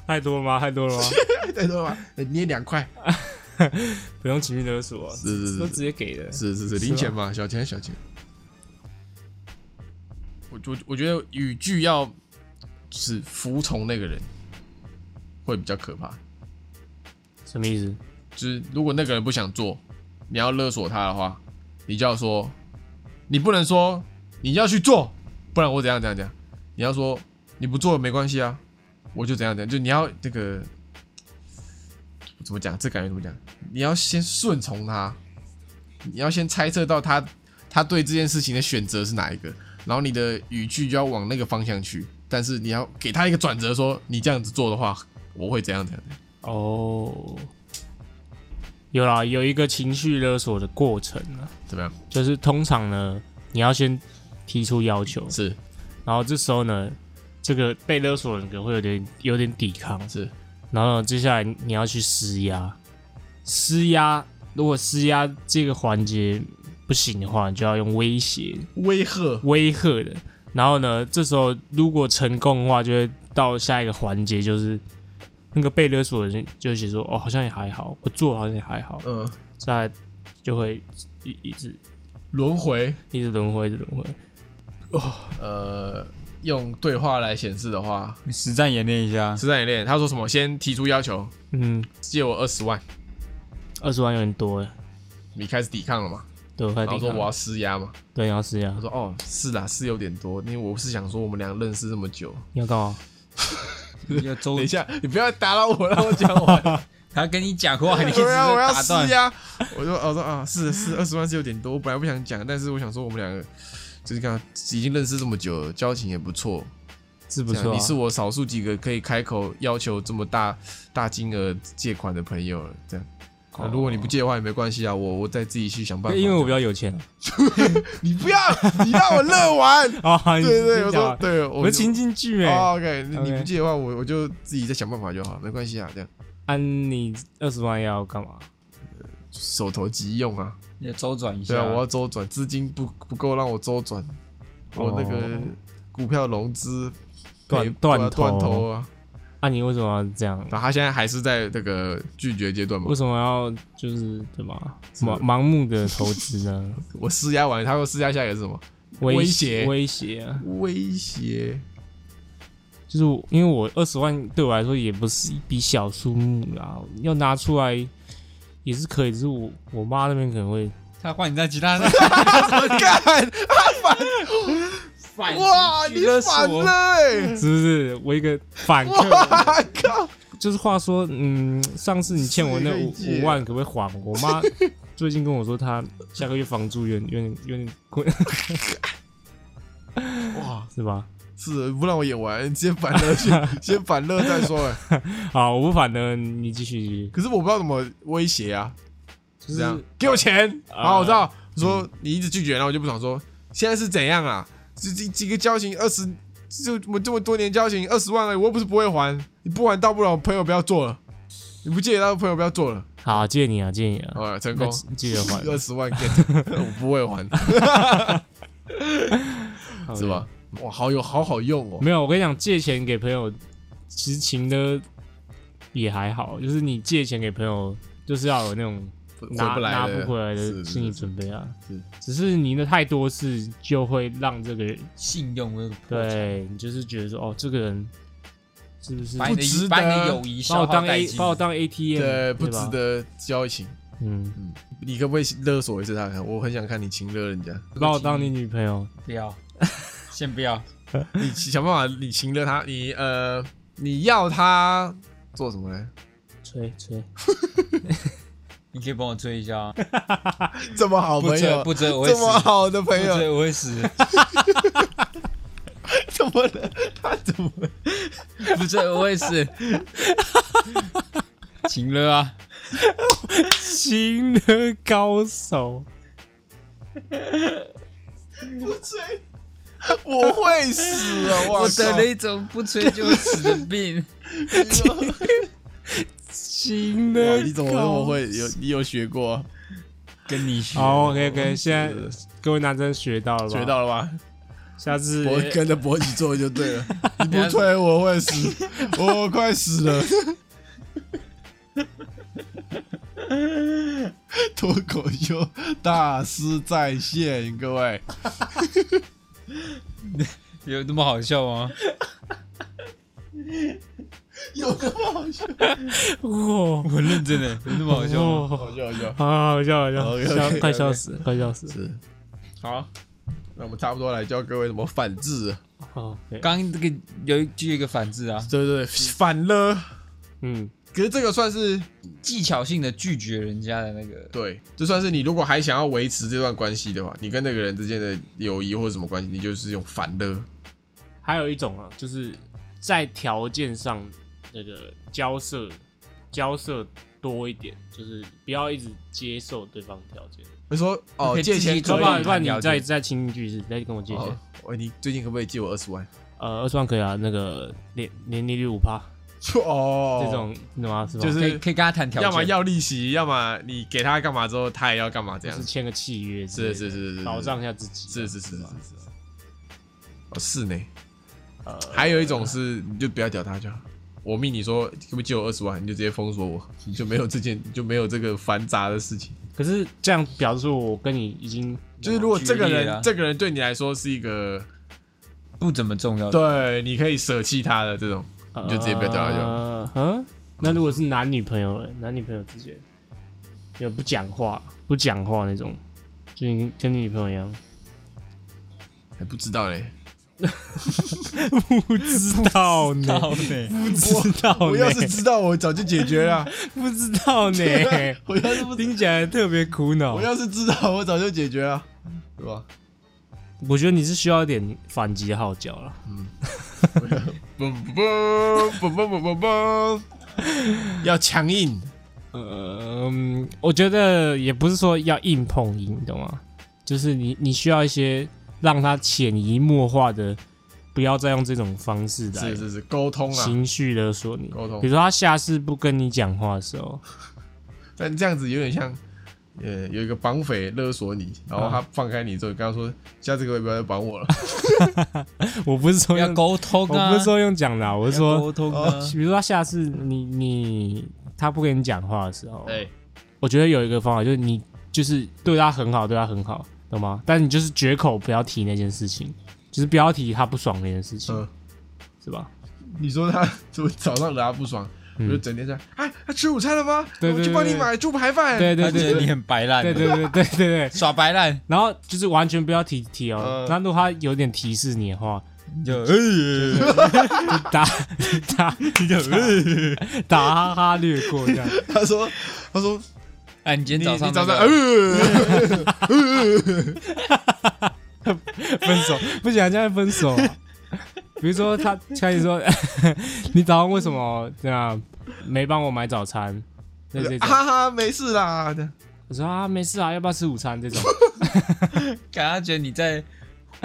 B: 太多了吗？太多了吗？
D: 再多吧，哎捏两块。
B: 不用情绪勒索、啊，
D: 是是
B: 都
D: 是
B: 直接给的。
D: 是是是，零钱嘛，小钱小钱。我我我觉得语句要就是服从那个人，会比较可怕。
B: 什么意思？
D: 就是如果那个人不想做，你要勒索他的话，你就要说，你不能说你要去做，不然我怎样怎样怎样。你要说你不做没关系啊，我就怎样怎样。就你要这个怎么讲？这感觉怎么讲？你要先顺从他，你要先猜测到他他对这件事情的选择是哪一个，然后你的语句就要往那个方向去。但是你要给他一个转折说，你这样子做的话，我会怎样怎样。怎样
B: 哦，有啦，有一个情绪勒索的过程啊，
D: 怎么样？
B: 就是通常呢，你要先提出要求，
D: 是
B: 然后这时候呢，这个被勒索的人可能会有点有点抵抗，
D: 是，
B: 然后接下来你要去施压，施压，如果施压这个环节不行的话，你就要用威胁、
D: 威吓。
B: 威吓的。然后呢，这时候如果成功的话，就会到下一个环节，就是那个被勒索的人就写说：“哦，好像也还好，我做好像也还好。
D: 嗯，”
B: 再来就会一一直
D: 轮回，
B: 一直轮回，一直轮回。
D: 呃，用对话来显示的话，
C: 你实战演练一下。
D: 实战演练，他说什么？先提出要求，
B: 嗯，
D: 借我二十万，
B: 二十万有点多耶，
D: 你开始抵抗了嘛？
B: 对，我快
D: 然后
B: 抵
D: 说
B: 抗
D: 我
B: 了。
D: 要施压嘛？
B: 对，你要施压
D: 他，说哦，是啦，是有点多，因为我是想说我们俩认识这么久，
B: 你要干嘛？
C: 要周
D: 等一下，你不要打扰我，让我讲完。
C: 他跟你讲话，你一直
D: 对
C: 在
D: 啊， 我要
C: 打
D: 施
C: 断。
D: 压。我说，我说啊，是是，二十万是有点多，我本来不想讲，但是我想说我们两个就是刚刚已经认识这么久了，交情也不错，
B: 是不
D: 这样
B: 错、啊，
D: 你是我少数几个可以开口要求这么大大金额借款的朋友了。这样，那如果你不借的话也没关系啊，我我再自己去想办法。
B: 哦因为我比较有钱
D: 你不要，你让我乐 完。
B: 啊。
D: 对
B: 对
D: 对对，我说对，
B: 我
D: 我
B: 们情境剧哎，
D: 哦 OK，你
B: OK
D: 你不借的话，我我就自己再想办法就好，没关系啊。这样，
B: 按你二十万要干嘛？
D: 手头急用啊。
C: 你要周转一下。
D: 对啊，我要周转，资金不不够让我周转，我那个股票融资
B: 哦断
D: 赔对啊
B: 断头
D: 断头啊。
B: 那、你为什么要这样？
D: 然后他现在还是在那个拒绝阶段嘛
B: 为。什么要就是对吧？盲盲目的投资呢？
D: 我施压完，他说施压下一个是什么？威胁
B: 威胁啊！
D: 威 胁。
B: 就是我因为我二十万对我来说也不是一笔小数目啦，要拿出来也是可以，只是我我妈那边可能会
C: 他换你在其他的
D: 啊干，
C: 反
D: 哇，
C: 击
D: 你
C: 勒
D: 反
C: 索
D: 了 欸！
B: 是不是我一个反客？
D: 哇啊靠！
B: 就是话说，嗯，上次你欠我那
D: 是可以
B: 五
D: 借
B: 五万可不可以还？我 妈最近跟我说，她下个月房租有点有点有点 困，
D: 哇，
B: 是吧？
D: 是不让我演完，先反乐 先先反乐再说。哎，
B: 好，我不反了，你继续继续。
D: 可是我不知道怎么威胁啊，
B: 就
D: 就是这样给我钱。
B: 啊
D: 好，我知道，说你一直拒绝，然后我就不爽，说现在是怎样啊？这这几个交情二十，就我这么多年交情二十万了，我又不是不会还，你不还倒不了，朋友不要做了，你不借他朋友不要做了。
B: 好，借你啊，借你啊，
D: 好，成
B: 那
D: 功。
B: 记得还
D: 二十 万 get，我不会还，是？
B: 好
D: 吧？哇，好有好好用哦
B: 没。有，我跟你讲，借钱给朋友，其实情的也还好，就是你借钱给朋友，就是要有那种拿
D: 回不来
B: 拿
D: 的
B: 不回来的
D: 是
B: 心理
D: 是
B: 准备啊
D: 是。
B: 只是你的太多事，就会让这个人
C: 信用那个破产，
B: 对你就是觉得说，哦，这个人是不是
C: 把
B: 把
C: 你
D: 不值
C: 的
D: 得
C: 把你的友谊
B: 我
C: 消耗
B: 当
C: 殆
B: A
C: 尽，
B: 把我当 ATM
D: 对，不值
B: 吧？
D: 得交情。
B: 嗯，
D: 你可不可以勒索一次他看？我很想看你亲热人家，
B: 把我当你女朋友，
C: 不要，先不要，
D: 你想办法，你亲热他，你呃，你要他做什么呢？
B: 吹吹，
C: 你可以帮我追一下啊，
D: 这么好
C: 不
D: 朋
C: 追
D: 友，
C: 不追我会
D: 这
C: 死，
D: 么
C: 不
D: 好的朋友，
C: 追我会死，
D: 怎么了？他怎么了？
C: 不追我会死，情了啊，
B: 情的高手，
D: 我会死啊！我
C: 我得了
D: 靠
C: 一种不追就会死的病，
B: 情
D: 哇
B: 的
D: 你怎么那么会？有你有学过啊？
C: 跟你学，
B: 好，OK OK，现在各位男生学到了吧？
D: 学，到了吧？
B: 下次
D: 我跟着博起做就对 了。你不推我会 死，我快死了。脱口秀大师在线，各位，
C: 有那么好笑吗？
D: 有那么好笑？
B: 哇，
C: 我认真的，有那么好笑吗？
B: 哇
D: 好笑好笑。
B: 好啊好笑，好笑，
D: 哦 OK，OK，
B: 笑
D: OK
B: 快笑死，快笑死。
D: 是，
C: 好，
D: 那我们差不多来教各位怎么反制。
B: 好，
D: 哎
B: 对
C: 刚刚这个有一句一个反字啊，
D: 对对，反了。
B: 嗯，
D: 可是这个算是
C: 技巧性的拒绝人家的那个，
D: 对，就算是你如果还想要维持这段关系的话，你跟那个人之间的友谊或者什么关系，你就是用反的。
B: 还有一种啊，就是在条件上那个交涉交涉多一点，就是不要一直接受对方条件。
D: 会说哦
C: 可，以
D: 借
C: 自己
D: 钱
C: 走
D: 可以
B: 要不
C: 吧
B: 然，不然你再再亲一句是，再跟我借
D: 哦
B: 钱。
D: 喂，你最近可不可以借我二十万？
B: 呃，二十万可以啊，那个年年利率五趴，
D: 哦，
B: 这种什么是吧？
D: 就
C: 可以
D: 是
C: 可以跟他谈条件，
D: 要么要利息，要么你给他干嘛之后，他也要干嘛这样
B: 是。签个契约之类
D: 是是
B: 的，
D: 是是是
B: 保障一下自己。啊
D: 是是是是
B: 吧
D: 是。哦，是呢。
B: 呃
D: 还有一种是，你就不要屌他就好。我命你说，可不可以借我二十万？你就直接封锁我，你就没有这件， 你就没有这个繁杂的事情。
B: 可是这样表示我跟你已经
D: 就是如果这个
C: 剧烈啊
D: 人，这个人对你来说是一个，
C: 不怎么重要的，
D: 对，你可以舍弃他的这种，你就直接不要屌他就好。
B: 呃啊嗯，那如果是男女朋友呢，男女朋友之间有不讲话、不讲话那种，就跟跟你女朋友一样，
D: 还不知道嘞，
B: 不知道呢，
C: 好美，
B: 不知道
D: 我要是知道，我早就解决 了。
B: 不知道呢，
D: 我要是不
B: 听起来特别苦恼
D: 我。要是知道，我早就解决了，对吧？
B: 我觉得你是需要一点反击的号角了。
D: 嘣嘣嘣嘣嘣嘣嘣，要强硬，
B: 嗯，我觉得也不是说要硬碰硬，你懂吗？就是你你需要一些让他潜移默化的，不要再用这种方式来
D: 是是是，沟通啊，
B: 情绪勒索你。
D: 沟
B: 比
D: 通。
B: 如说他下次不跟你讲话的时候，
D: 但这样子有点像呃，有一个绑匪勒索你，然后他放开你之后，跟他说下次可不可以不要再绑我了？
B: 我不是说
C: 要
B: 用，
C: 沟通
B: 我
C: 啊，
B: 不是说用讲的啊，我是
C: 要
B: 说哦
C: 沟通啊，
B: 比如说下次你你他不跟你讲话的时候，
C: 对，
B: 我觉得有一个方法就是你就是对他很好，对他很好，懂吗？但你就是绝口不要提那件事情，就是不要提他不爽那件事情，
D: 嗯，
B: 是吧？
D: 你说他怎么早上惹他不爽，我
B: 嗯
D: 就整天在哎，他吃午餐了吗？
B: 对
D: 我
B: 对
D: 去
B: 对
D: 帮你
B: 对
D: 买猪排饭。
B: 对对
C: 他觉
B: 对
C: 得你
B: 对
C: 很白烂，
B: 对对对对对对。
C: 耍白烂
B: 然后就是完全不要提提哦
D: 嗯，
B: 那、如果他有点提示你的话，
C: 你就，哎
B: 就打 打
C: 你就，哎
B: 打哈哈略过这样。
D: 他说他说
C: 哎，你今
D: 你
C: 天早
D: 你
C: 上
D: 早上
C: 那个
D: 呃，
B: 分手，不想这样分 手、啊。比如说他开始说， 你早上为什么这样没帮我买早餐？那这种，
D: 哈哈，没事啦。这样
B: 我说啊没事啊，要不要吃午餐？这种，
C: 感觉觉得你在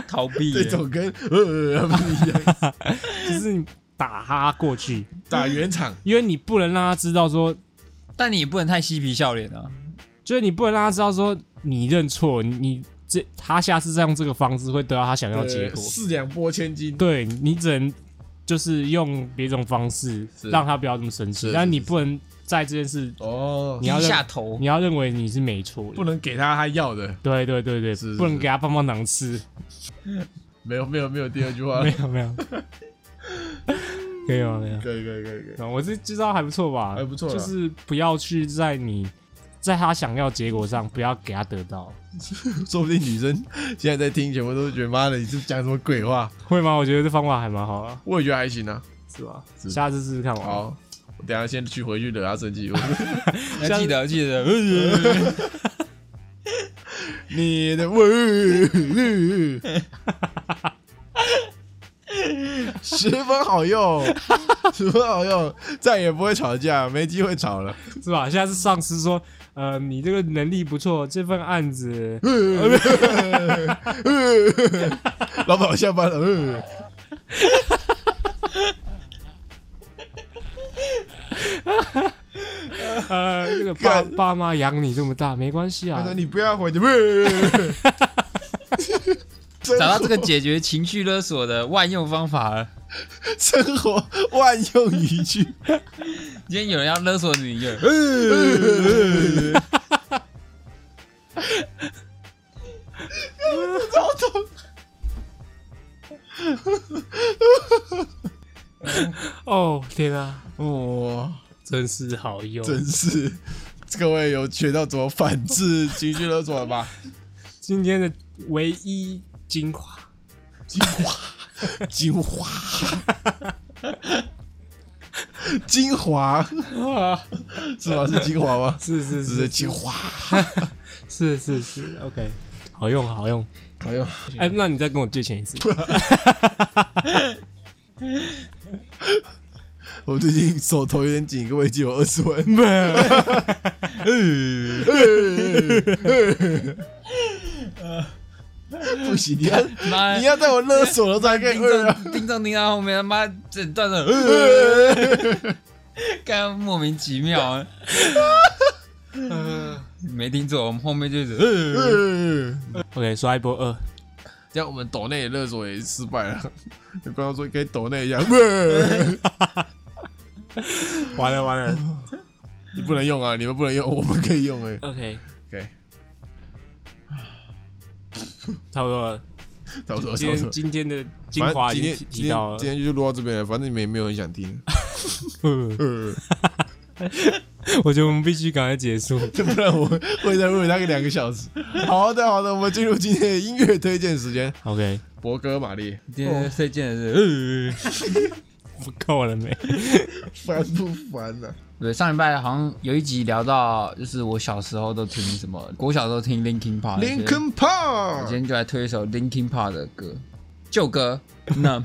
C: 逃避耶
D: 这，种跟呃不一样，
B: 就是你打哈过去，
D: 打圆场。
B: 因为你不能让他知道说，
C: 但你也不能太嬉皮笑脸啊，
B: 就是你不能让他知道说你认错，你你这他下次再用这个方式会得到他想要的结
D: 呃
B: 果。
D: 四两拨千斤，
B: 对你只能就是用别种方式
D: 是
B: 让他不要这么生
D: 是
B: 气
D: 是，
B: 但你
D: 是
B: 不能在这件事，
D: 哦
B: 你，要
C: 低
B: 认
C: 下头
B: 你，要认为你是没错的
D: 不。能给他他要的，
B: 对对对对，
D: 是是
B: 不能给他棒棒糖吃。
D: 没有没有没有第二句话了
B: 没，有没有， 可以吗？没有
D: 可以可以可以可以，
B: 啊，我是知道还不错啊吧，
D: 还不错啦
B: 就是不要去在你在他想要结果上，不要给他得到，
D: 说不定女生现在在听，全部都觉得妈的，你是讲什么鬼话？
B: 会吗？我觉得这方法还蛮好啊，
D: 我也觉得还行啊。
B: 是吧？
D: 是
B: 下次试试看嘛。
D: 好，我等一下先去回去惹他生气。我
C: 要记得记得，呃
D: 你的喂， 十分好 用，十分好用，再也不会吵架，没机会吵了。
B: 是吧？下次上司说，呃，你这个能力不错，这份案 子
D: 老板，我下班了。呃
B: 呃，这个爸
D: 干
B: 爸妈养你这么大，没关系
D: 他说
B: 啊。
D: 你不要回去。 呃
C: 找到这个解决情绪勒索的万用方法了。
D: 生活万用语句，
C: 今天有人要勒索你，你就
D: 超痛。
B: 哦，天啊，
D: 哇，
B: 真是好用，
D: 真是各位有学到怎么反制情绪勒索了吧？
B: 今天的唯一精华。
D: 精华，精华，精华
B: 啊，
D: 是吗？是精华吗？
B: 是是
D: 只是
B: 是
D: 精华，
B: 是是是，OK，好用好用。
D: 哎呦，
B: 哎、那你再跟我借钱一 次。
D: 我最近手头有点紧，各位借我二十万。 不 行，你要
C: 妈
B: 哎
D: 你要在我勒索了才可以
C: 盯
D: 二啊！
C: 着盯着盯到后面，他妈整段的， 刚刚莫名其妙啊。 没听错，我们后面就是 呃
B: OK，刷一波二，
D: 这样我们抖内勒索也失败 了。有观众说可以抖内一下，
B: 完了完了。
D: 你不能用啊，你们不能用，我们可以用哎、
B: OK，
D: OK，
B: 差不多了。
D: 差不多，差
B: 今
D: 不多
B: 天。今天的精
D: 反
B: 华
D: 正
B: 已
D: 今天
B: 经提
D: 今
B: 提
D: 天
B: 到了
D: 今。天就录到这边了，反正你们也没有很想听，
B: 嗯，
D: 呃，
B: 我觉得我们必须赶快结束。
D: 要不然我会再录那个两个小时。 好的，好的，我们进入今天的音乐推荐时间。
B: OK，
D: 博哥、玛丽，
C: 今天推荐的是呃。
B: 不够了没？
D: 烦不烦啊？
C: 对，上礼拜好像有一集聊到，就是我小时候都听什么，我小时候听 Linkin Park，
D: Linkin
C: 我今
D: Park，
C: 天就来推一首 Linkin Park 的歌，旧歌 Numb，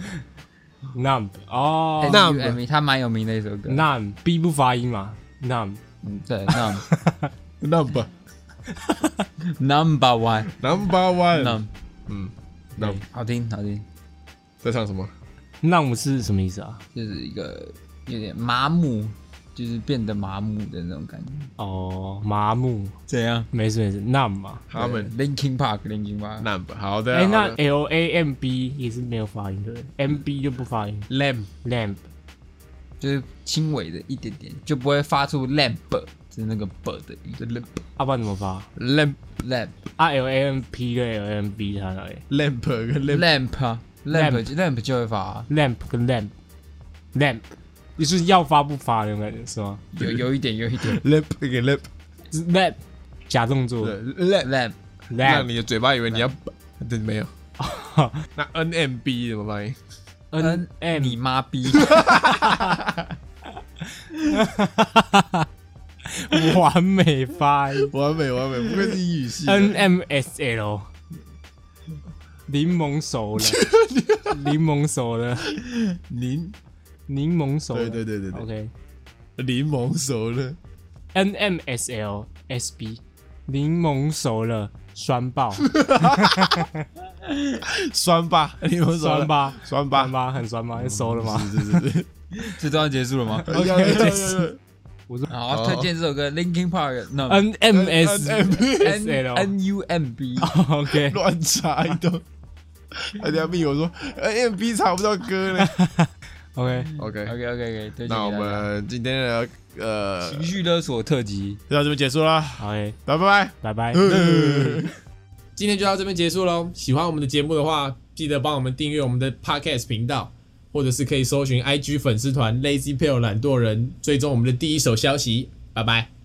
B: Numb 哦
D: Numb
C: N-U-M-B，它蛮有名的一首歌。
B: ，Numb B 不发音嘛？Numb
C: 嗯，对 Numb
D: 那吧
C: Number One
D: ，Number One，
C: Numb，
D: 嗯，那
C: 好听好听，
D: 在唱什么？
B: Numb 是什么意思啊？
C: 就是一个有点麻木，就是变得麻木的那种感觉。
B: 哦，麻木，
C: 怎样？
B: 没事没事，numb 嘛。
D: 他们
C: Linkin Park，Linkin Park，
D: 那不好的，
B: 哎、那
D: 好的
B: L A M B 也是没有发音的，M B 就不发音
D: lamb
B: ，lamp
C: 就是轻微的一点点，就不会发出 lamp，就是那个 b 的音，就 lamp
B: 阿啊爸怎么发？
D: lamp
C: lamp
B: 啊 L A M P 跟 L A M B 差哪里
D: lamp 跟 lamp
C: lamp 啊 lamp lamp 就会发啊，
B: ？lamp 跟 lamp lamp 就是要发不发的那种感觉是吗
C: 有有一点，有 一点
D: lamp 跟 lamp，
B: 就是？lamp 假动作
D: 对 lamp
C: lamp
D: 让
B: lamp
D: 你的嘴巴以为你要，对，没 有。那 N M B 怎么发音？
B: N M
C: 你妈逼，
B: 完美发音
D: 完美完美，不愧是英语系的。
B: N M S L 柠檬熟 了，柠檬熟了，
D: 柠，
B: 柠檬熟了，
D: 对对对对对
B: OK
D: 柠檬熟了，
B: N M S L S B 柠檬熟了， 酸爆
D: 酸吧，柠檬熟了
B: 酸，吧
D: 酸吧
B: 酸，吧很酸吗？熟了 吗？
D: 是是是是。
C: 这段要结束了吗？
D: 要要要要
C: 好，推荐这首歌 Linkin Park，那
B: N M S S
C: N
B: L 哦
C: N U M B，
B: OK
D: 乱查一通。他等下密我说，N M B 查不到歌 呢。
B: OK，
D: OK，
C: OK OK OK，推荐给
D: 那我
C: 大家
D: 们今天的呃
C: 情绪勒索特辑，
D: 就到这边结束啦，
B: 好诶，
D: 拜拜。
B: 拜拜。
A: 今天就到这边结束喽。喜欢我们的节目的话，记得帮我们订阅我们的 Podcast 频道，或者是可以搜寻 IG 粉丝团 Lazy p a l e 懒惰人，追踪我们的第一手消息。拜拜。